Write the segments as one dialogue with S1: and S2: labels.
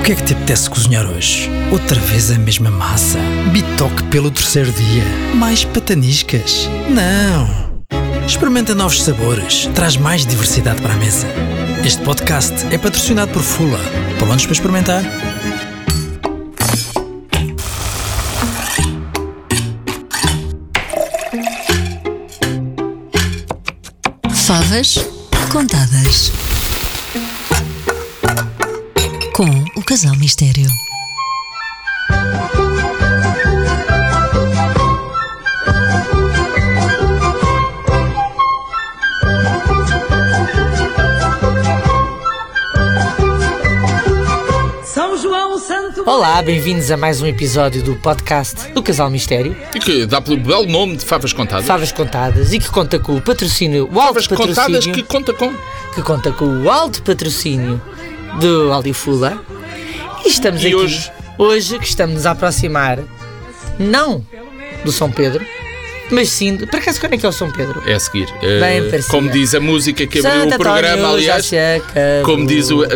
S1: O que é que te apetece cozinhar hoje? Outra vez a mesma massa? Bitoque pelo terceiro dia? Mais pataniscas? Não! Experimenta novos sabores, traz mais diversidade para a mesa. Este podcast é patrocinado por Fula. Prontos para experimentar?
S2: Favas contadas. Com o Casal Mistério.
S3: São João Santo.
S4: Olá, bem-vindos a mais um episódio do podcast do Casal Mistério,
S5: E que dá pelo belo nome de Favas Contadas.
S4: Favas Contadas, e que conta com o patrocínio, o alto
S5: Favas Contadas
S4: patrocínio,
S5: que conta com.
S4: que... conta com o alto patrocínio do Alifula. E estamos
S5: E
S4: aqui,
S5: hoje?
S4: hoje que estamos a aproximar, não do São Pedro, mas sim, de- por acaso quando é que é o São Pedro?
S5: É a seguir.
S4: Bem
S5: Eh,
S4: parecida.
S5: como diz a música que abriu
S4: Santo
S5: o programa,
S4: António já
S5: aliás.
S4: se acabou.
S5: Como diz o. eh,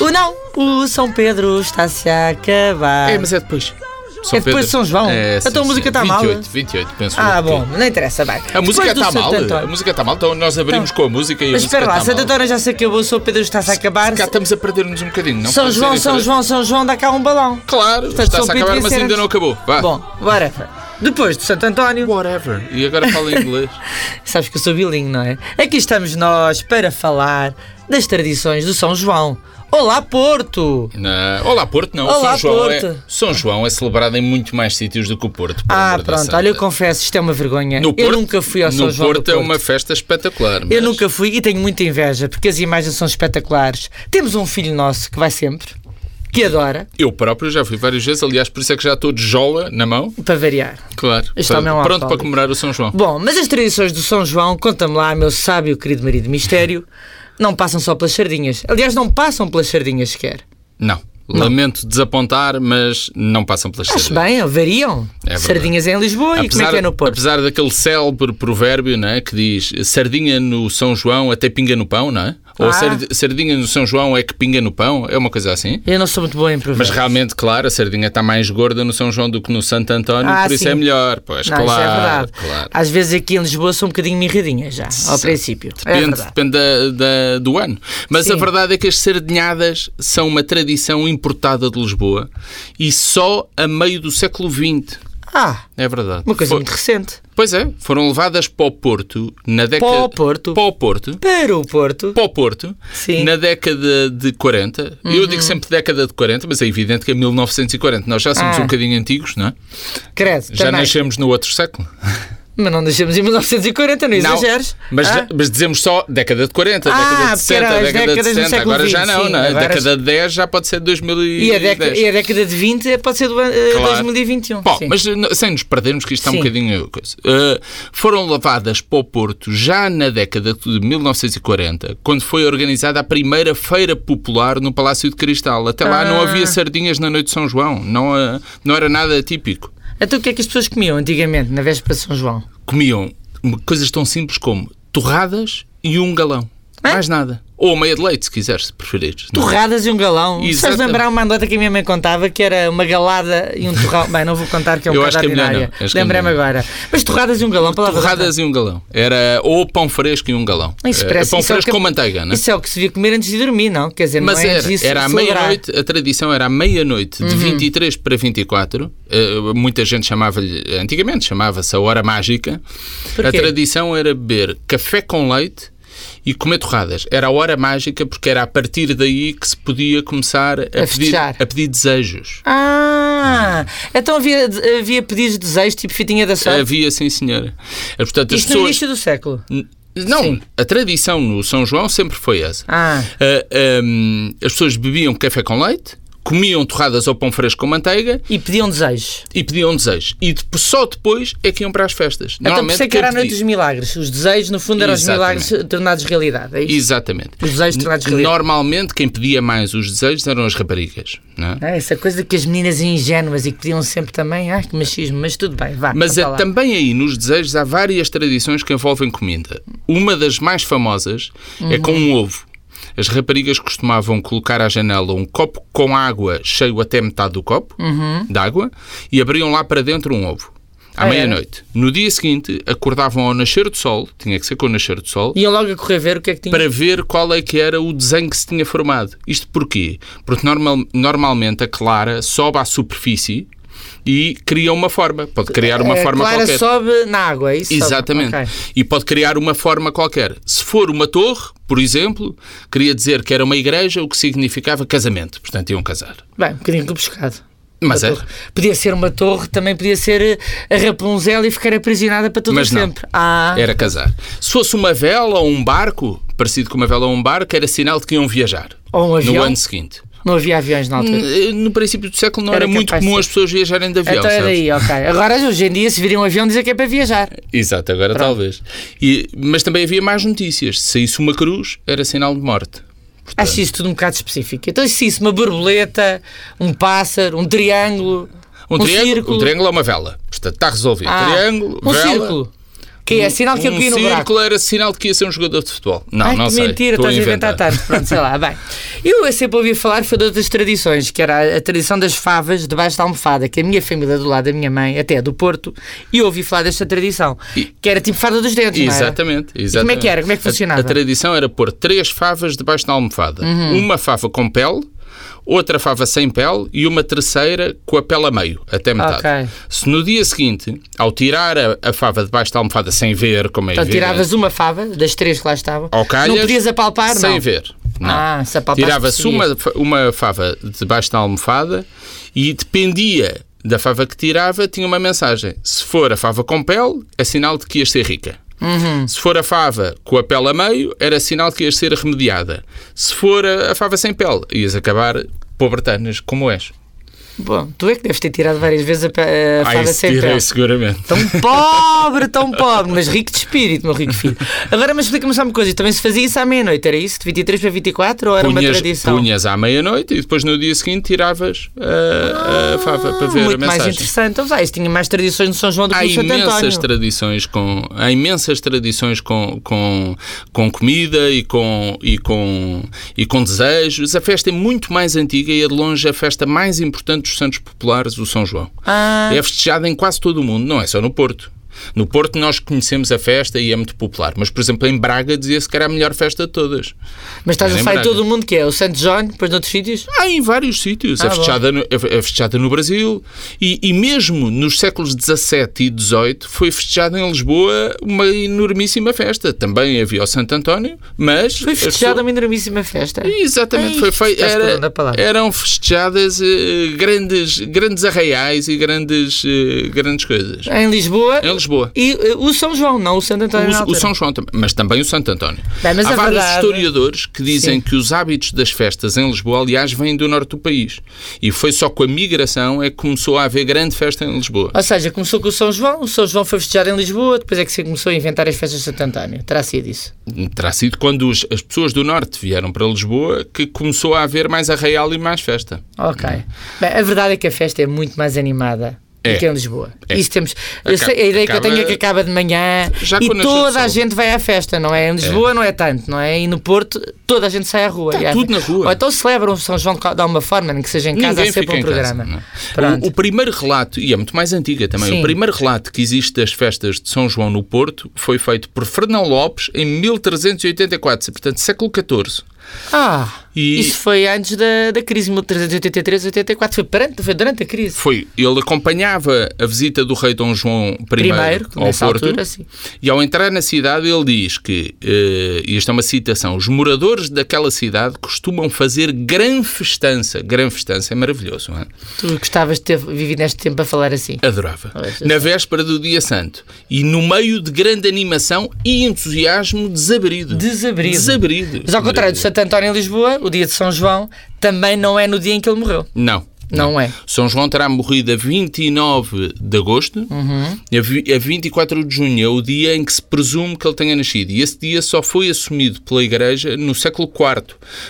S4: O não, o São Pedro está-se a acabar.
S5: É, mas é depois. São
S4: É depois de São João? Então a música tá mal.
S5: 28, 28, penso
S4: Ah,
S5: eu.
S4: bom, não interessa, vai.
S5: A música
S4: Depois do
S5: está
S4: Santo
S5: mal.
S4: António. Tá.
S5: A música está mal, então nós abrimos com a música e
S4: Mas
S5: a música
S4: espera lá,
S5: tá
S4: Santa
S5: mal.
S4: Dona já se acabou, São Pedro está-se a acabar.
S5: Cá estamos a perder-nos um bocadinho, não?
S4: São
S5: Podemos
S4: João,
S5: ir
S4: São
S5: para-
S4: João, São João, dá cá um balão.
S5: Claro, está-se
S4: São
S5: a
S4: Pedro
S5: acabar,
S4: devia
S5: mas
S4: ser
S5: ainda
S4: antes.
S5: não acabou. Vá.
S4: Bom, whatever. Depois de Santo António,
S5: Whatever. E agora fala em inglês.
S4: sabes que eu sou bilingue, não é? Aqui estamos nós para falar das tradições do São João. Olá, Porto!
S5: Na- Olá, Porto, não.
S4: Olá,
S5: São João É...
S4: Porto.
S5: São João é celebrado em muito mais sítios do que o Porto. por
S4: Ah,
S5: amor da
S4: pronto,
S5: santa.
S4: olha, eu confesso, isto é uma vergonha.
S5: No
S4: eu
S5: Porto-
S4: nunca fui ao
S5: no
S4: São João. do
S5: Porto, é uma festa espetacular.
S4: Eu
S5: mas
S4: nunca fui e tenho muita inveja porque as imagens são espetaculares. Temos um filho nosso que vai sempre, que adora,
S5: Eu próprio já fui várias vezes, aliás, por isso é que já estou de jola na mão.
S4: para variar.
S5: Claro.
S4: Este homem é um
S5: pronto para
S4: alcoólico.
S5: comemorar o São João.
S4: Bom, mas as tradições do São João, conta-me lá, meu sábio querido marido mistério, não passam só pelas sardinhas. Aliás, não passam pelas sardinhas sequer.
S5: Não. Lamento desapontar, mas não passam pelas
S4: Acho
S5: sardinhas.
S4: bem, variam.
S5: É verdade.
S4: sardinhas em Lisboa e como é que é no Porto?
S5: apesar daquele célebre provérbio não é, que diz sardinha no São João até pinga no pão, não é?
S4: Ah.
S5: Ou "Sard- sardinha no São João é que pinga no pão, é uma coisa assim.
S4: Eu não sou muito boa em provas.
S5: Mas realmente, claro, a sardinha está mais gorda no São João do que no Santo António,
S4: Ah,
S5: por isso
S4: sim.
S5: é melhor. Pois,
S4: não,
S5: claro.
S4: isso é verdade.
S5: claro.
S4: Às vezes aqui em Lisboa são um bocadinho mirradinhas já, ao princípio. É
S5: Depende,
S4: verdade.
S5: depende da- da- do ano. Mas a
S4: Sim.
S5: verdade é que as sardinhadas são uma tradição importada de Lisboa e só a meio do século XX.
S4: Ah,
S5: É verdade.
S4: uma coisa
S5: Foi-
S4: muito recente.
S5: Pois é, foram levadas para o Porto na década.
S4: Para o Porto?
S5: Para o Porto.
S4: Para o Porto.
S5: Para o Porto,
S4: Sim. Uhum.
S5: na década de 40, eu digo sempre década de 40, mas é evidente que é 1940, nós já somos
S4: Ah.
S5: um bocadinho antigos, não é?
S4: Credo,
S5: Já
S4: também.
S5: nascemos no outro século.
S4: Mas não nascemos em 1940, não,
S5: Não,
S4: exageres.
S5: Mas,
S4: Ah?
S5: mas dizemos só década de 40,
S4: Ah,
S5: década de
S4: porque era
S5: 60,
S4: as
S5: década de
S4: décadas do
S5: 70.
S4: século
S5: Agora já
S4: XX,
S5: não, não é?
S4: agora
S5: década de 10 já pode ser 2010.
S4: E a, década, e a década de 20 pode ser do ano eh,
S5: Claro.
S4: 2021.
S5: Bom,
S4: sim.
S5: mas eh, não- sem nos perdermos, que isto está
S4: Sim.
S5: um bocadinho. coisa. Eh, foram levadas para o Porto já na década de 1940, quando foi organizada a primeira feira popular no Palácio de Cristal. Até lá
S4: Ah.
S5: não havia sardinhas na noite de São João, não, eh, não era nada atípico.
S4: Então o que é que as pessoas comiam antigamente, na véspera de São João?
S5: comiam coisas tão simples como torradas e um galão.
S4: Hã?
S5: Mais nada. Ou meia de leite, se quiseres, se preferires. Não é?
S4: Torradas e um galão.
S5: Exatamente.
S4: Estás a lembrar uma anedota que a minha mãe contava, que era uma galada e um torrão. Bem, não vou contar que é um
S5: Eu
S4: bocado
S5: acho que é melhor
S4: ordinária.
S5: não, acho que é
S4: Lembrei-me
S5: melhor.
S4: agora. Mas torradas e um galão, palavra
S5: Torradas e um galão. Era ou pão fresco e um galão.
S4: dada. Isso
S5: Eh,
S4: parece
S5: pão
S4: isso é o
S5: fresco
S4: que-
S5: com manteiga, não é?
S4: Isso é o que se devia comer antes de dormir, não? Quer dizer,
S5: Mas
S4: não é antes
S5: era,
S4: disso Uhum.
S5: era à
S4: celebrar.
S5: meia-noite, a tradição era à meia-noite, de 23 para 24. eh, muita gente chamava-lhe, antigamente chamava-se a hora mágica.
S4: Porquê?
S5: A tradição era beber café com leite e comer torradas. Era a hora mágica porque era a partir daí que se podia começar a, pedir,
S4: festejar.
S5: a pedir desejos.
S4: Ah, então havia, havia pedidos de desejos, tipo fitinha da sorte.
S5: Havia, sim, senhora. Eh, Portanto, as
S4: Isto no
S5: pessoas.
S4: início do século.
S5: Não, a tradição no São João sempre foi essa.
S4: Ah.
S5: Ah, ahm, as pessoas bebiam café com leite, comiam torradas ou pão fresco com manteiga
S4: E pediam desejos.
S5: e pediam desejos. E de- só depois é que iam para as festas.
S4: Então por isso é que
S5: quem
S4: era a noite
S5: pedia-
S4: dos milagres. Os desejos, no fundo, eram
S5: Exatamente.
S4: os milagres tornados realidade. É isso?
S5: Exatamente.
S4: Os desejos tornados realidade.
S5: Normalmente quem pedia mais os desejos eram as raparigas. Não é?
S4: Ah, essa coisa que as meninas ingênuas e que pediam sempre também, ah, que machismo, mas tudo bem, vá.
S5: Mas
S4: conta
S5: é,
S4: tá lá.
S5: também aí nos desejos há
S4: Uhum.
S5: várias tradições que envolvem comida. Uma das mais famosas é com um ovo. As As raparigas costumavam colocar à janela um copo com água cheio até metade do copo, de água, e abriam lá para dentro um ovo. À
S4: Uhum. Ah, era?
S5: meia-noite. No dia seguinte, acordavam ao nascer do sol, tinha que ser com o nascer do sol,
S4: Iam logo a correr ver o que é que tinha.
S5: para ver qual é que era o desenho que se tinha formado. Isto porquê? Porque normal- normalmente a clara sobe à superfície e cria uma forma. Pode criar uma
S4: A
S5: forma
S4: É, Clara
S5: qualquer.
S4: sobe na água, é isso? Sobe.
S5: Exatamente.
S4: Ok.
S5: E pode criar uma forma qualquer. Se for uma torre, por exemplo, queria dizer que era uma igreja, o que significava casamento. Portanto, iam casar.
S4: Bem, um bocadinho rebuscado.
S5: Mas
S4: A
S5: é.
S4: torre. Podia ser uma torre, também podia ser eh, a Rapunzel e ficar aprisionada para todo o
S5: Mas não.
S4: sempre. Ah,
S5: Era casar. Se fosse uma vela ou um barco, parecido com uma vela ou um barco, era sinal de que iam viajar.
S4: Ou um
S5: No
S4: avião.
S5: ano seguinte.
S4: não havia aviões na altura.
S5: N- eh, No princípio do século não
S4: Era
S5: era, muito
S4: capaz de
S5: comum
S4: ser.
S5: as pessoas viajarem de avião.
S4: então era
S5: sabes?
S4: aí, ok. Agora, hoje em dia, se virem um avião, dizem que é para viajar.
S5: Exato, agora talvez. E- mas também havia mais notícias. Se saísse uma cruz, era sinal de morte.
S4: Acho isso tudo um bocado específico. Então, se isso, uma borboleta, um pássaro, um triângulo, um,
S5: triângulo,
S4: círculo.
S5: um triângulo é uma vela. Portanto, está resolvido.
S4: Ah,
S5: triângulo,
S4: um
S5: vela.
S4: círculo. Que é sinal que eu
S5: um
S4: caí no buraco.
S5: círculo era sinal de que ia ser um jogador de futebol. Não,
S4: Ai,
S5: não
S4: que
S5: sei.
S4: mentira,
S5: Estou
S4: estás a inventar
S5: inventar.
S4: tanto. Pronto, sei lá, bem. Eu, eu sempre ouvi falar foi de outras tradições, que era a, a tradição das favas debaixo da almofada, que a minha família do lado da minha mãe, até é do Porto, e eu ouvi falar desta tradição,
S5: E-
S4: que era tipo fada dos dentes, não era?
S5: Exatamente, exatamente.
S4: como é que era? Como é que
S5: A-
S4: funcionava? Uhum.
S5: A, tradição era pôr três favas debaixo da almofada. Uma fava com pele, outra fava sem pele e uma terceira com a pele a meio, até metade.
S4: Ok.
S5: Se no dia seguinte, ao tirar a, a fava debaixo da almofada sem ver, como é
S4: Então
S5: evidente,
S4: tiravas uma fava das três que lá estavam.
S5: ao calhas,
S4: não podias apalpar,
S5: sem
S4: não.
S5: ver. Não.
S4: Ah, se apalpasse,
S5: Tirava-se
S4: percebias.
S5: uma, fa- uma fava debaixo da almofada e dependia da fava que tirava, tinha uma mensagem. Se for a fava com pele, é sinal de que ias ser rica.
S4: Uhum.
S5: Se for a fava com a pele a meio, era sinal de que ias ser remediada. Se for a, a fava sem pele, ias acabar pobretanas, como és.
S4: Bom, tu é que deves ter tirado várias vezes a, pe- a
S5: Ah,
S4: fada
S5: isso
S4: sem pele. Então,
S5: tirei seguramente.
S4: Tão pobre, tão pobre, mas rico de espírito, meu rico filho. Agora, mas explica-me só uma coisa: também se fazia isso à meia-noite, era isso? De 23 para 24 ou era uma
S5: Punhas,
S4: tradição?
S5: punhas à meia-noite e depois no dia seguinte tiravas eh, a, a fava para ver a
S4: Ah, Muito mais
S5: mensagem.
S4: interessante. Então, vai, isso tinha mais tradições no São João do que
S5: Há
S4: no Santo
S5: imensas,
S4: António.
S5: tradições com, há imensas tradições com, com, com comida e com, e, com, e com desejos. A festa é muito mais antiga e é de longe a festa mais importante dos Santos Populares, o São João.
S4: Ah.
S5: É festejada em quase todo o mundo, não é só no Porto. No Porto nós conhecemos a festa e é muito popular, mas, por exemplo, em Braga dizia-se que era a melhor festa de todas.
S4: Mas estás a
S5: Era em
S4: falar de
S5: Braga.
S4: todo o mundo que é o Santo João, depois noutros sítios?
S5: Há em vários sítios.
S4: Ah,
S5: é, festejada no, é- é festejada no Brasil e, e mesmo nos séculos XVII e XVIII foi festejada em Lisboa uma enormíssima festa. Também havia o Santo António, mas...
S4: Foi
S5: as
S4: festejada
S5: pessoas-
S4: uma enormíssima festa.
S5: Exatamente,
S4: Ai,
S5: foi feito.
S4: estás curando a palavra.
S5: eram festejadas eh, grandes, grandes arraiais e grandes, eh, grandes coisas.
S4: Em Lisboa.
S5: Em Lisboa.
S4: E eh, o São João, não o Santo António. na
S5: O, o
S4: altura.
S5: São João também, mas também o Santo António.
S4: Bem, mas
S5: Há
S4: a
S5: vários
S4: verdade-
S5: historiadores que dizem
S4: Sim.
S5: que os hábitos das festas em Lisboa, aliás, vêm do norte do país. E foi só com a migração é que começou a haver grande festa em Lisboa.
S4: Ou seja, começou com o São João, o São João foi festejar em Lisboa, depois é que se começou a inventar as festas de Santo António. Terá sido isso.
S5: Terá sido quando os- as pessoas do norte vieram para Lisboa que começou a haver mais arraial e mais festa.
S4: Ok. Bem, a verdade é que a festa é muito mais animada. do
S5: É.
S4: Que em Lisboa.
S5: É.
S4: Isso temos. eu
S5: Acaba-
S4: sei- a ideia que eu tenho é que acaba de manhã
S5: Já
S4: e
S5: com o nascer do
S4: toda a
S5: sol.
S4: gente vai à festa, não é? Em Lisboa não é tanto, não é? E no Porto toda a gente sai à rua.
S5: Tá
S4: E há-
S5: tudo na rua.
S4: Ou então celebram o São João de alguma forma, nem que seja em casa, há sempre um programa.
S5: não é?
S4: Pronto.
S5: O, o primeiro relato, e é muito mais antiga também,
S4: Sim.
S5: o primeiro relato que existe das festas de São João no Porto foi feito por Fernão Lopes em 1384, portanto, século XIV.
S4: Ah,
S5: E-
S4: isso foi antes da, da crise de 1383, 84. Foi, perante, foi durante a crise.
S5: Foi, ele acompanhava a visita do rei Dom João I
S4: Primeiro,
S5: ao
S4: nessa
S5: Porto,
S4: altura, sim.
S5: e ao entrar na cidade ele diz que, eh, e esta é uma citação, os moradores daquela cidade costumam fazer grande festança, grande festança, é maravilhoso, não é?
S4: Tu gostavas de ter vivido neste tempo a falar assim.
S5: Adorava.
S4: Ah, sim,
S5: Na véspera do dia santo. E no meio de grande animação e entusiasmo desabrido.
S4: Desabrido.
S5: Desabrido.
S4: Mas ao contrário do
S5: Desabrido.
S4: Santo António em Lisboa, o dia de São João também não é no dia em que ele morreu.
S5: Não.
S4: Não é.
S5: São João terá morrido a 29 de agosto.
S4: Uhum.
S5: E A, vi- a 24 de junho é o dia em que se presume que ele tenha nascido. E esse dia só foi assumido pela Igreja no século IV,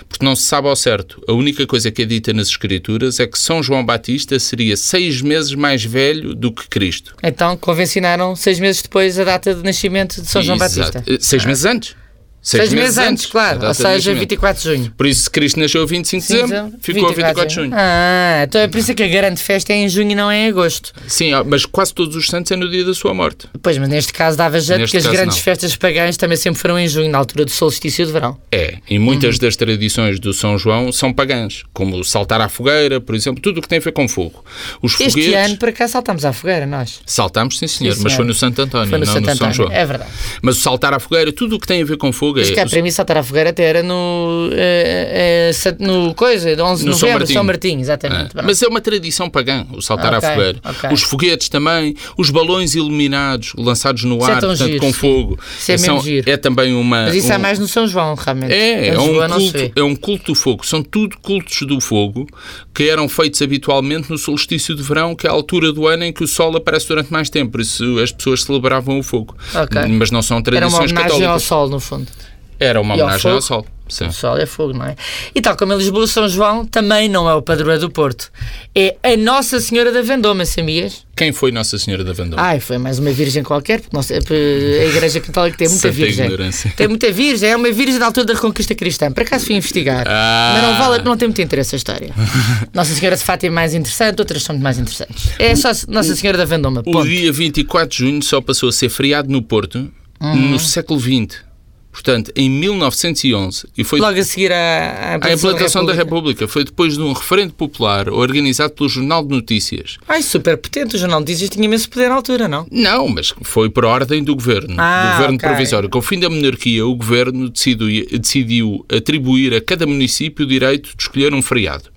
S5: porque não se sabe ao certo. A única coisa que é dita nas Escrituras é que São João Batista seria seis meses mais velho do que Cristo.
S4: Então convencionaram seis meses depois a data de nascimento de São João Batista.
S5: Exato. Eh, Seis meses antes. Seis,
S4: Seis meses antes, claro.
S5: da
S4: Ou
S5: data de
S4: seja,
S5: nascimento.
S4: 24 de junho.
S5: Por isso, se Cristo nasceu a 25 de dezembro, ficou a 24 de junho.
S4: Ah, então é por isso que a grande festa é em junho e não é em agosto.
S5: Sim, ó, mas quase todos os santos é no dia da sua morte.
S4: Pois, mas neste caso dava jeito
S5: Neste
S4: que as
S5: caso,
S4: grandes
S5: não.
S4: festas pagãs também sempre foram em junho, na altura do solstício de verão.
S5: É, e muitas
S4: Uhum.
S5: das tradições do São João são pagãs, como saltar à fogueira, por exemplo, tudo o que tem a ver com fogo. Os
S4: Este
S5: foguetes.
S4: ano, para cá, saltámos à fogueira, nós.
S5: Saltámos, sim senhor,
S4: Sim,
S5: mas
S4: senhor.
S5: foi no Santo António,
S4: Foi no
S5: não
S4: Santo
S5: no São
S4: António.
S5: João.
S4: É verdade.
S5: Mas o saltar à fogueira, tudo o que tem a ver com fogo é.
S4: Mas cá, para mim, saltar à fogueira até era no. eh, eh, sa- no coisa, de 11 de
S5: No São
S4: novembro,
S5: Martinho.
S4: São Martinho, exatamente.
S5: É.
S4: Pronto.
S5: Mas é uma tradição pagã, o saltar
S4: Ah,
S5: à
S4: ok,
S5: fogueira.
S4: ok.
S5: Os foguetes também, os balões iluminados, lançados no
S4: Isso é
S5: ar,
S4: tão
S5: portanto,
S4: giro,
S5: com
S4: sim.
S5: fogo.
S4: Isso é mesmo giro.
S5: é também uma.
S4: Mas isso há
S5: um-
S4: mais no São João, realmente.
S5: É,
S4: Em
S5: é
S4: Lisboa
S5: um,
S4: não se vê.
S5: culto, é um culto do fogo. São tudo cultos do fogo que eram feitos habitualmente no solstício de verão, que é a altura do ano em que o sol aparece durante mais tempo. Por isso as pessoas celebravam o fogo.
S4: Ok.
S5: Mas não são
S4: Era uma
S5: tradições
S4: homenagem ao
S5: católicas.
S4: sol, no fundo.
S5: Era uma
S4: e ao
S5: homenagem ao
S4: fogo.
S5: sol. Sim.
S4: O sol é fogo, não é? E tal como em Lisboa, São João também não é o padroeiro do Porto. É a Nossa Senhora da Vendôma, sabias?
S5: Quem foi Nossa Senhora da Vendôme?
S4: Ai, foi mais uma virgem qualquer, porque nossa, a Igreja Católica tem muita
S5: Santa
S4: virgem.
S5: ignorância.
S4: Tem muita virgem, é uma virgem da altura da Reconquista Cristã. Por acaso fui investigar,
S5: Ah.
S4: mas não vale, não tem muito interesse a história. Nossa Senhora de Fátima é mais interessante, outras são muito mais interessantes. É só Nossa Senhora da Vendôma,
S5: O
S4: ponto.
S5: dia 24 de junho só passou a ser feriado no Porto
S4: Uhum.
S5: no século XX. Portanto, em 1911, e foi
S4: Logo a seguir à, à
S5: a
S4: implantação,
S5: implantação da República foi depois de um referendo popular organizado pelo Jornal de Notícias.
S4: Ai, super potente, o Jornal de Notícias tinha imenso poder na altura, não?
S5: Não, mas foi por ordem do governo,
S4: Ah,
S5: do governo
S4: ok.
S5: provisório. Com o fim da monarquia, o governo decidiu, decidiu atribuir a cada município o direito de escolher um feriado.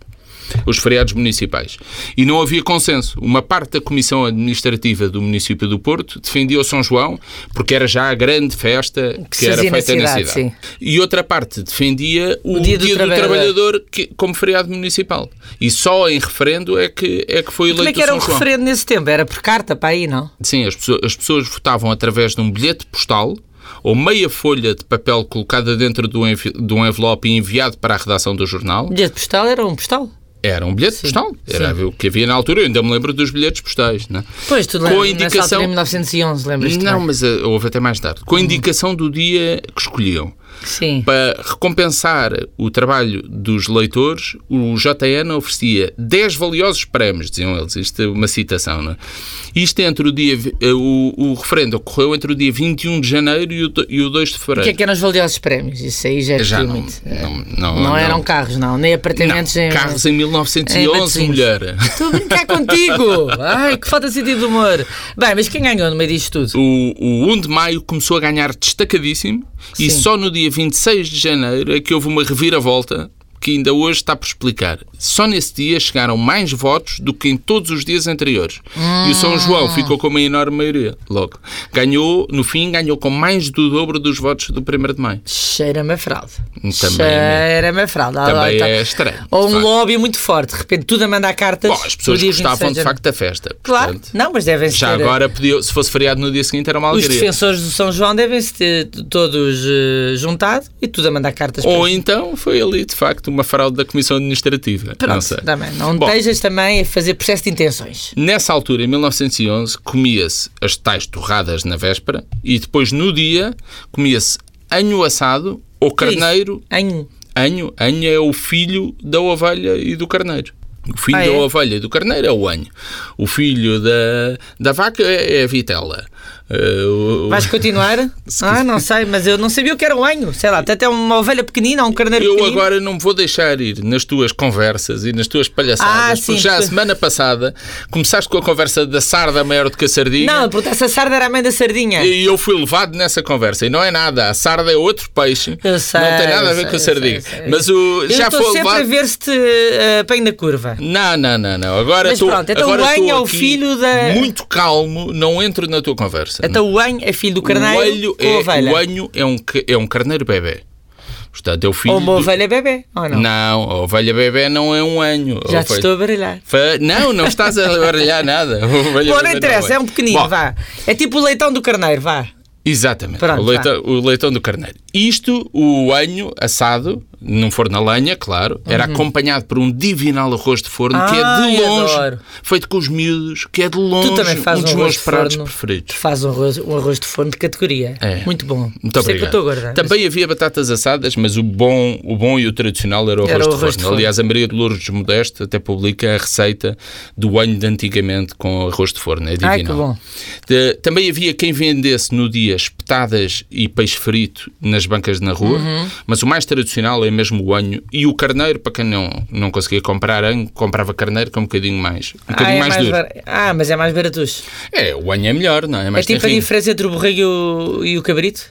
S5: Os feriados municipais. E não havia consenso. Uma parte da Comissão Administrativa do município do Porto defendia o São João, porque era já a grande festa que,
S4: Que se
S5: era
S4: fazia
S5: feita
S4: na
S5: na
S4: cidade,
S5: cidade.
S4: sim.
S5: E outra parte defendia o,
S4: Dia do Trabalhador.
S5: que- como feriado municipal. E só em referendo é que, é que foi eleito
S4: Como é que era
S5: o
S4: o
S5: São João.
S4: referendo nesse tempo? Era por carta para aí, não?
S5: Sim, as pessoas, as pessoas votavam através de um bilhete postal ou meia folha de papel colocada dentro de um, envi- de um envelope e enviado para a redação do jornal.
S4: Bilhete postal era um postal.
S5: Era um bilhete postal. Era o que havia na altura. Eu ainda me lembro dos bilhetes postais. Né?
S4: Pois, tu
S5: Com
S4: lembras, nessa
S5: indicação-
S4: altura em 1911, lembras-te?
S5: Não,
S4: bem?
S5: mas eh, houve até mais tarde. Com a indicação do dia que escolhiam.
S4: Sim.
S5: Para recompensar o trabalho dos leitores, o JN oferecia 10 valiosos prémios, diziam eles. Isto é uma citação, não é? Isto entre o dia. vi- eh, O, o referendo ocorreu entre o dia 21 de janeiro e o, do- e o 2 de
S4: O
S5: fevereiro.
S4: que é que eram os valiosos prémios? Isso aí já é
S5: Já não, oh,
S4: muito.
S5: não,
S4: Não, eram carros, não. Nem apartamentos. nem...
S5: Carros em
S4: em
S5: 1911,
S4: Matosinhos.
S5: mulher.
S4: Estou a brincar contigo! Ai, que falta de sentido de humor. Bem, mas quem ganhou no meio disto tudo?
S5: O, o 1 de maio começou a ganhar destacadíssimo e
S4: Sim.
S5: só no dia 26 de janeiro é que houve uma reviravolta que ainda hoje está por explicar. Só nesse dia chegaram mais votos do que em todos os dias anteriores. E o São João
S4: Ah.
S5: ficou com uma enorme maioria, logo. Ganhou, no fim, ganhou com mais do dobro dos votos do 1 de maio.
S4: Cheira-me a fraude.
S5: Também- é.
S4: Cheira-me a fraude. Ah, lá,
S5: Também
S4: então.
S5: é estranho.
S4: Ou um
S5: de facto.
S4: lobby muito forte. De repente, tudo a mandar cartas.
S5: Bom, as pessoas
S4: no dia
S5: gostavam
S4: 26
S5: de
S4: janeiro.
S5: facto da festa.
S4: Claro,
S5: portanto,
S4: não, mas devem ser.
S5: já agora, podia- se fosse feriado no dia seguinte, era uma
S4: Os
S5: alegria.
S4: defensores do São João devem-se ter todos eh, juntado e tudo a mandar cartas
S5: Ou
S4: para
S5: então foi ali, de facto, uma fraude da Comissão Administrativa. não sei.
S4: Pronto, também. Não
S5: Bom.
S4: estejas também a fazer processo de intenções.
S5: Nessa altura, em 1911, comia-se as tais torradas na véspera e depois, no dia, comia-se anho assado ou
S4: é
S5: carneiro.
S4: Em
S5: Anho, anho é o filho da ovelha e do carneiro. O filho
S4: Ah, é?
S5: da ovelha e do carneiro é o anho. O filho da, da vaca é, é a vitela. Eh, o- o-
S4: Vais continuar? ah, não sei, mas eu não sabia o que era um anho. Sei lá, até uma ovelha pequenina, um carneiro
S5: Eu
S4: pequenino.
S5: agora não me vou deixar ir nas tuas conversas e nas tuas
S4: Ah,
S5: palhaçadas,
S4: sim,
S5: porque já a
S4: porque-
S5: semana passada começaste com a conversa da sarda maior do que a sardinha.
S4: Não, porque essa sarda era a mãe da sardinha.
S5: E eu fui levado nessa conversa. E não é nada. A sarda é outro peixe.
S4: Eu sei,
S5: não tem nada a
S4: eu
S5: ver
S4: sei,
S5: com
S4: eu
S5: a sardinha.
S4: sei, eu sei.
S5: Mas o,
S4: Eu
S5: já
S4: estou
S5: foi
S4: sempre
S5: levado. Hum.
S4: a ver se te uh, bem na curva.
S5: Não, não, não, não. Agora
S4: Mas
S5: estou-
S4: pronto, então
S5: agora
S4: o Anho
S5: estou
S4: é o
S5: aqui
S4: filho da-
S5: Muito calmo, não entro na tua conversa.
S4: Então o anho é filho do
S5: o
S4: carneiro
S5: alho
S4: ou
S5: é,
S4: ovelha?
S5: o anho é um, ca- é um carneiro bebê. Portanto, é o filho.
S4: ou uma
S5: do-
S4: ovelha bebê, ou não?
S5: Não, a ovelha bebê não é um anho. A
S4: Já te
S5: ovelha-
S4: estou a baralhar.
S5: Fa- Não, não estás a baralhar nada. A ovelha
S4: Bom,
S5: bebê
S4: não interessa, é um pequenino,
S5: Bom,
S4: vá. É tipo o leitão do carneiro, vá.
S5: Exatamente.
S4: Pronto,
S5: o, leitão, o leitão do carneiro. Isto, o anho assado, num forno a lenha, claro, era acompanhado por um divinal arroz de forno que é
S4: Uhum. Ai,
S5: de longe,
S4: adoro.
S5: feito com os miúdos, que é de longe
S4: Tu também fazes
S5: um dos
S4: um
S5: meus
S4: arroz de
S5: pratos
S4: forno.
S5: preferidos.
S4: Faz um arroz, um arroz de forno de categoria.
S5: É.
S4: Muito bom.
S5: Muito
S4: Sei que eu
S5: obrigado.
S4: estou agora.
S5: Também havia batatas assadas, mas o bom, o bom e o tradicional era o arroz,
S4: Era o
S5: de,
S4: arroz
S5: forno.
S4: de forno.
S5: Aliás, a Maria de Lourdes Modesto até publica a receita do anho de antigamente com arroz de forno. É
S4: Ai,
S5: divinal.
S4: que bom.
S5: De- também havia quem vendesse no dia espetadas e peixe frito nas bancas na rua,
S4: Uhum.
S5: mas o mais tradicional é mesmo o anho e o carneiro, para quem não, não conseguia comprar anho, comprava carneiro que é um bocadinho mais, um
S4: ah,
S5: bocadinho
S4: é
S5: mais, duro.
S4: bar- ah, mas é mais baratucho.
S5: É, o anho é melhor, não é?
S4: É
S5: Mais
S4: tipo a
S5: terrinho.
S4: diferença entre o borrego e o, e o cabrito?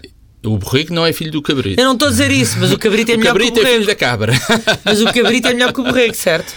S5: O borrego não é filho do cabrito.
S4: Eu não estou a dizer isso, mas o cabrito é
S5: o
S4: melhor
S5: cabrito
S4: que o
S5: é
S4: borrego.
S5: filho da cabra.
S4: Mas o cabrito é melhor que o borrego, certo?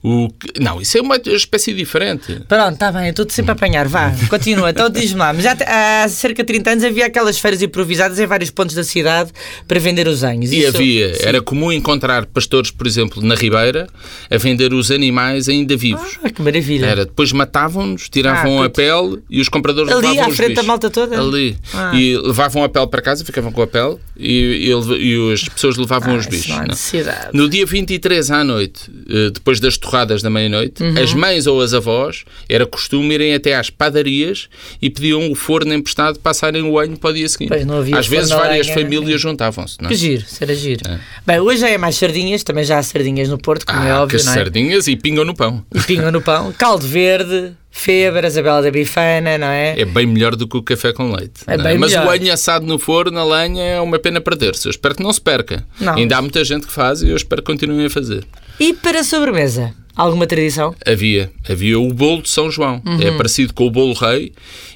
S5: O que- Não, isso é uma espécie diferente.
S4: Pronto, está bem, eu estou-te sempre a apanhar. Vá, continua. Então diz-me lá. Mas já te- há cerca de 30 anos havia aquelas feiras improvisadas em vários pontos da cidade para vender os anhos.
S5: E
S4: Isso- é-
S5: havia, era comum encontrar pastores, por exemplo, na Ribeira, a vender os animais ainda vivos.
S4: Ah, que maravilha.
S5: Era, depois matavam-nos, tiravam
S4: Ah,
S5: a
S4: coitado.
S5: pele e os compradores
S4: Ali,
S5: levavam
S4: à
S5: os
S4: frente da
S5: bichos.
S4: malta toda?
S5: Ali.
S4: Ah.
S5: E levavam a pele para casa, ficavam com a pele e, e, leva- e as pessoas levavam os
S4: Ah, isso
S5: bichos.
S4: não há
S5: não. é?
S4: necessidade.
S5: No dia 23 à noite, eh, depois das torradas da meia-noite,
S4: Uhum.
S5: as mães ou as avós, era costume irem até às padarias e pediam o forno emprestado, passarem o ano para o dia seguinte.
S4: Pois, não havia
S5: Às vezes
S4: forno a
S5: várias
S4: lenha, né?
S5: famílias juntavam-se. Não? é?
S4: Que giro, será giro. Bem, hoje já é mais sardinhas, também já há sardinhas no Porto, como é
S5: Ah, que
S4: óbvio,
S5: as
S4: não é?
S5: sardinhas e pingam no pão.
S4: E pinga no pão. Caldo verde, febre, a Isabela da Bifana, não é?
S5: É bem melhor do que o café com leite.
S4: É
S5: não
S4: bem
S5: Mas
S4: melhor.
S5: o anho assado no forno, a lenha, é uma pena perder-se. Eu espero que não se perca.
S4: Não.
S5: Ainda há muita gente que faz e eu espero que continuem a fazer.
S4: E para sobremesa? Alguma tradição?
S5: Havia. Havia o bolo de São João. É
S4: Uhum.
S5: parecido com o bolo rei.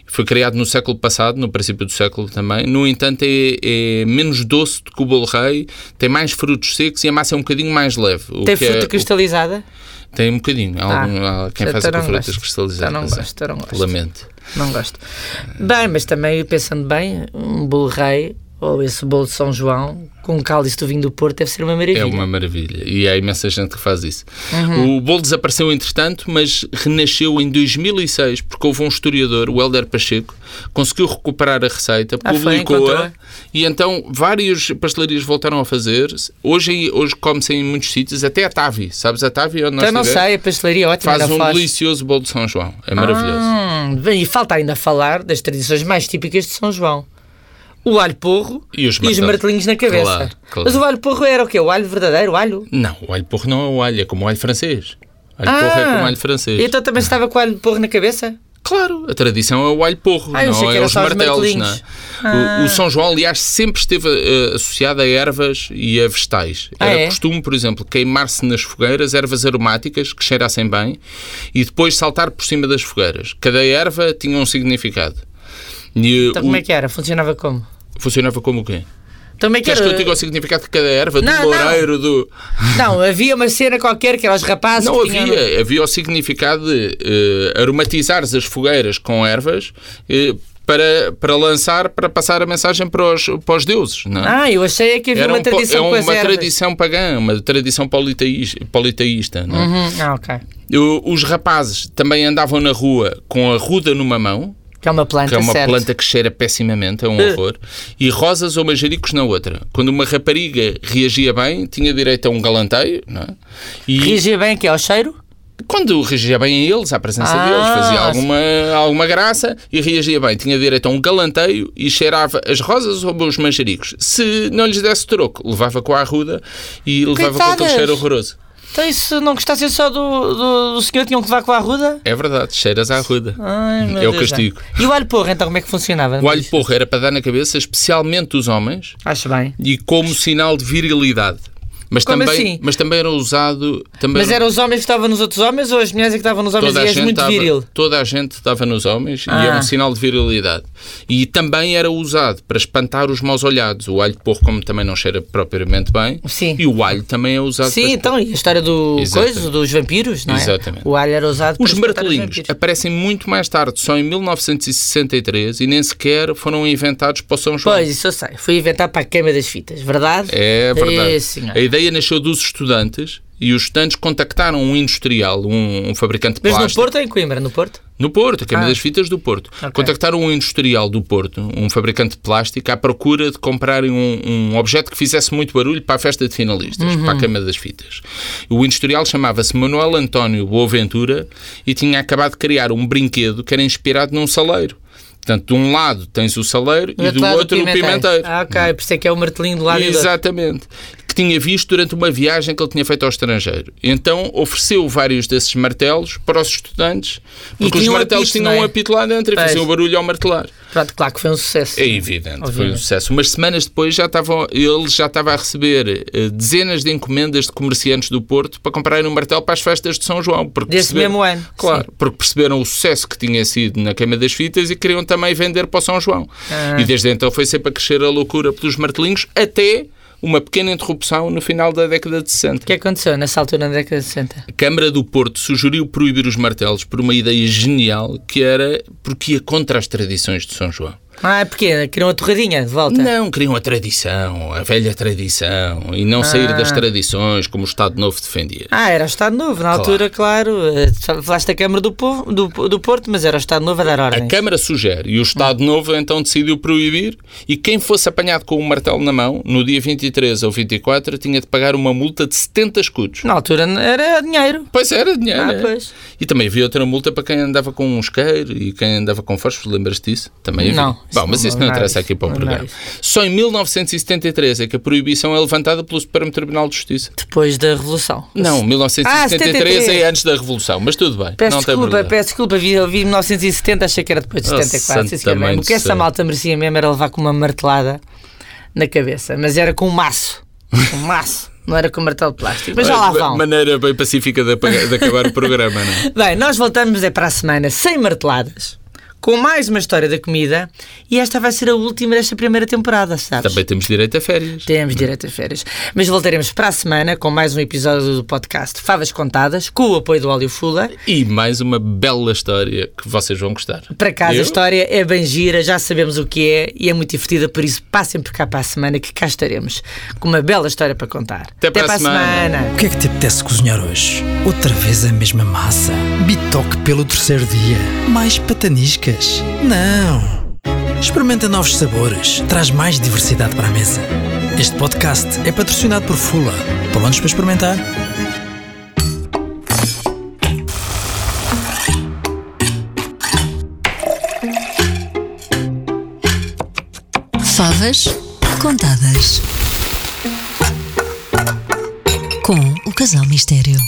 S5: Foi criado no século passado, no princípio do século também. No entanto, é, é menos doce do que o bolo rei. Tem mais frutos secos e a massa é um bocadinho mais leve. O
S4: Tem
S5: que
S4: fruta
S5: é,
S4: cristalizada?
S5: o- Tem um bocadinho. Há
S4: Ah,
S5: algum- há quem
S4: eu
S5: faz com
S4: não
S5: frutas
S4: gosto.
S5: cristalizadas.
S4: Eu não
S5: é.
S4: gosto, eu não gosto.
S5: Lamento.
S4: Não gosto. Bem, mas também, pensando bem, um bolo rei ou esse bolo de São João com um cálice do vinho do Porto deve ser uma maravilha.
S5: É uma maravilha. E há imensa gente que faz isso.
S4: Uhum.
S5: O bolo desapareceu, entretanto, mas renasceu em 2006, porque houve um historiador, o Helder Pacheco, conseguiu recuperar a receita,
S4: Ah, foi?
S5: publicou-a,
S4: Encontrou-a?
S5: e então várias pastelarias voltaram a fazer. Hoje, hoje come-se em muitos sítios, até a Tavi. Sabes a Tavi? Onde nós
S4: Então não
S5: estivemos?
S4: sei, a pastelaria é ótima
S5: Faz
S4: na
S5: um
S4: Foz.
S5: delicioso bolo de São João. É maravilhoso.
S4: Hum, bem, e falta ainda falar das tradições mais típicas de São João. O alho porro
S5: E os martelos.
S4: martelinhos na cabeça.
S5: Claro, claro.
S4: Mas o alho porro era o quê? O alho verdadeiro? O alho?
S5: Não, o alho porro não é o alho, é como o alho francês. Alho porro é como o alho francês.
S4: Então também estava com o alho porro na cabeça?
S5: Claro, a tradição é o alho porro,
S4: Ah, eu achei
S5: não
S4: que
S5: é
S4: era
S5: os
S4: só os
S5: martelos. Não é?
S4: martelinhos. Ah.
S5: O, o São João, aliás, sempre esteve eh, associado a ervas e a vegetais.
S4: Ah,
S5: Era
S4: é?
S5: costume, por exemplo, queimar-se nas fogueiras ervas aromáticas que cheirassem bem e depois saltar por cima das fogueiras. Cada erva tinha um significado. E, eh,
S4: Então
S5: o-
S4: como é que era? Funcionava como?
S5: Funcionava como o quê?
S4: Então, como é que
S5: Queres
S4: era?
S5: que eu te diga o significado de cada erva?
S4: Não,
S5: do loureiro, do...
S4: Não, havia uma cena qualquer que era os rapazes
S5: Não
S4: que tinham-
S5: havia, havia o significado de eh, aromatizares as fogueiras com ervas eh, para, para lançar, para passar a mensagem para os, para os deuses. Não é?
S4: Ah, eu achei é que havia
S5: Era
S4: uma
S5: um po-
S4: tradição
S5: é
S4: com
S5: uma
S4: as ervas.
S5: tradição pagã, uma tradição politeís- politeísta. não é?
S4: Uhum, Ah, ok.
S5: O- Os rapazes também andavam na rua com a ruda numa mão,
S4: Que é uma planta,
S5: que é uma
S4: certo. Eh.
S5: planta que cheira pessimamente, é um horror, e rosas ou manjericos na outra. Quando uma rapariga reagia bem, tinha direito a um galanteio, não é? E-
S4: Reagia bem aqui ao cheiro?
S5: quando reagia bem a eles, à presença
S4: Ah,
S5: deles, fazia
S4: sim.
S5: alguma, alguma graça e reagia bem. Tinha direito a um galanteio e cheirava as rosas ou os manjericos. Se não lhes desse troco, levava com a arruda e levava com aquele
S4: Coitadas.
S5: cheiro horroroso.
S4: Então e se não gostassem só do, do, do senhor, tinham que levar com a arruda?
S5: É verdade, cheiras à arruda.
S4: Ai, meu
S5: é o
S4: Deus,
S5: castigo.
S4: já. E o alho porro, então, como é que funcionava?
S5: O alho porro era para dar na cabeça, especialmente os homens,
S4: Acho bem.
S5: e como sinal de virilidade. Mas,
S4: Como
S5: também,
S4: assim?
S5: mas também era usado. Também
S4: Mas eram os homens que estavam nos outros homens ou as mulheres é que estavam nos homens
S5: toda
S4: e
S5: a,
S4: és
S5: gente
S4: muito
S5: dava,
S4: viril?
S5: toda a gente dava nos homens e é
S4: Ah.
S5: um sinal de virilidade. E também era usado para espantar os maus olhados. O alho de porco, como também não cheira propriamente bem,
S4: Sim.
S5: e o alho também é usado
S4: Sim,
S5: para
S4: então, e a história do
S5: Exatamente.
S4: coisa, dos vampiros, não é?
S5: Exatamente.
S4: O alho era usado para
S5: Os
S4: espantar
S5: martelinhos
S4: vampiros.
S5: aparecem muito mais tarde, só em 1963, e nem sequer foram inventados para o São João.
S4: Pois, isso eu sei. Foi inventado para a queima das fitas, verdade?
S5: É verdade.
S4: Sim, senhor.
S5: a ideia nasceu dos estudantes e os estudantes contactaram um industrial, um, um fabricante de
S4: Mas no
S5: plástico.
S4: Porto ou em Coimbra? No Porto?
S5: No Porto, a Câmara
S4: Ah.
S5: das Fitas do Porto. Contactaram um industrial do Porto, um fabricante de plástico, à procura de comprarem um, um objeto que fizesse muito barulho para a festa de finalistas,
S6: Uhum.
S5: para a Câmara das Fitas. O industrial chamava-se Manuel António Boaventura e tinha acabado de criar um brinquedo que era inspirado num saleiro. Portanto, de um lado tens o saleiro e
S4: é
S6: outro
S5: do
S6: lado o
S5: outro o
S6: pimenteiro.
S5: pimenteiro.
S4: Ah, ok. Por isso é que é o martelinho do lado e do outro.
S5: Exatamente. Que tinha visto durante uma viagem que ele tinha feito ao estrangeiro. Então ofereceu vários desses martelos para os estudantes, porque os
S4: tinha um
S5: martelos
S4: apito,
S5: tinham
S4: não é?
S5: um apito lá dentro e
S4: Pois.
S5: faziam barulho ao martelar.
S4: Pronto, claro que foi um sucesso.
S5: É evidente, foi um
S4: Obviamente.
S5: sucesso. Umas semanas depois já estavam, ele já estava a receber eh, dezenas de encomendas de comerciantes do Porto para comprarem um martelo para as festas de São João. Porque
S4: Desse
S5: perceberam-
S4: mesmo ano,
S5: Claro, porque perceberam o sucesso que tinha sido na Queima das Fitas e queriam também vender para o São João.
S4: Ah.
S5: E desde então foi sempre a crescer a loucura pelos martelinhos até uma pequena interrupção no final da década de 60.
S4: O que é que aconteceu nessa altura na década de 60?
S5: A Câmara do Porto sugeriu proibir os martelos por uma ideia genial que era porque ia contra as tradições de São João.
S4: Ah, porque queriam a torradinha de volta.
S5: Não, criam a tradição, a velha tradição, e não sair das tradições como o Estado Novo defendia.
S4: Ah, era o Estado Novo, na altura, claro. eh, só Falaste da Câmara do, Povo, do, do Porto, mas era o Estado Novo a dar
S5: A
S4: ordens.
S5: Câmara sugere e o
S4: Hum.
S5: Estado Novo então decidiu proibir e quem fosse apanhado com um martelo na mão, no dia 23 ou 24, tinha de pagar uma multa de 70 escudos.
S4: Na altura n- era dinheiro.
S5: Pois era, dinheiro.
S4: Ah,
S5: é.
S4: pois.
S5: E também havia outra multa para quem andava com um isqueiro e quem andava com fósforos, lembras-te disso? Também havia.
S4: Não,
S5: Bom,
S4: isso
S5: mas
S4: não-
S5: isso
S4: não
S5: não
S4: é
S5: interessa
S4: isso,
S5: aqui para o
S4: não é
S5: programa.
S4: isso.
S5: Só em 1973 é que a proibição é levantada pelo Supremo Tribunal de Justiça.
S4: Depois da Revolução.
S5: Não, 1973
S4: 73.
S5: é antes da Revolução, mas tudo bem.
S4: Peço
S5: não tem
S4: desculpa,
S5: problema.
S4: peço desculpa, vi, eu vi 1970, achei que era depois de
S5: Oh,
S4: 74. sim,
S5: santa
S4: senhor,
S5: mãe
S4: bem. O
S5: do
S4: que essa
S5: céu.
S4: malta merecia mesmo era levar com uma martelada na cabeça, mas era com um maço. Um maço, não era com um martelo de plástico. Mas já lá
S5: Olha,
S4: vão.
S5: Maneira bem pacífica de, apagar- de acabar o programa, não é?
S4: Bem, nós voltamos é para a semana sem marteladas, com mais uma história da comida e esta vai ser a última desta primeira temporada, sabes?
S5: Também temos direito a férias.
S4: Temos direito a férias. Mas voltaremos para a semana com mais um episódio do podcast Favas Contadas, com o apoio do Óleo Fula.
S5: E mais uma bela história que vocês vão gostar.
S4: Para casa,
S5: Eu?
S4: a história é bem gira, já sabemos o que é e é muito divertida, por isso passem por cá para a semana que cá estaremos com uma bela história para contar.
S5: Até para a semana.
S1: O que é que te apetece cozinhar hoje? Outra vez a mesma massa? Bitoque pelo terceiro dia? Mais pataniscas? Não! Experimenta novos sabores, traz mais diversidade para a mesa. Este podcast é patrocinado por Fula. Para onde para experimentar?
S2: Favas contadas. Com o Casal Mistério.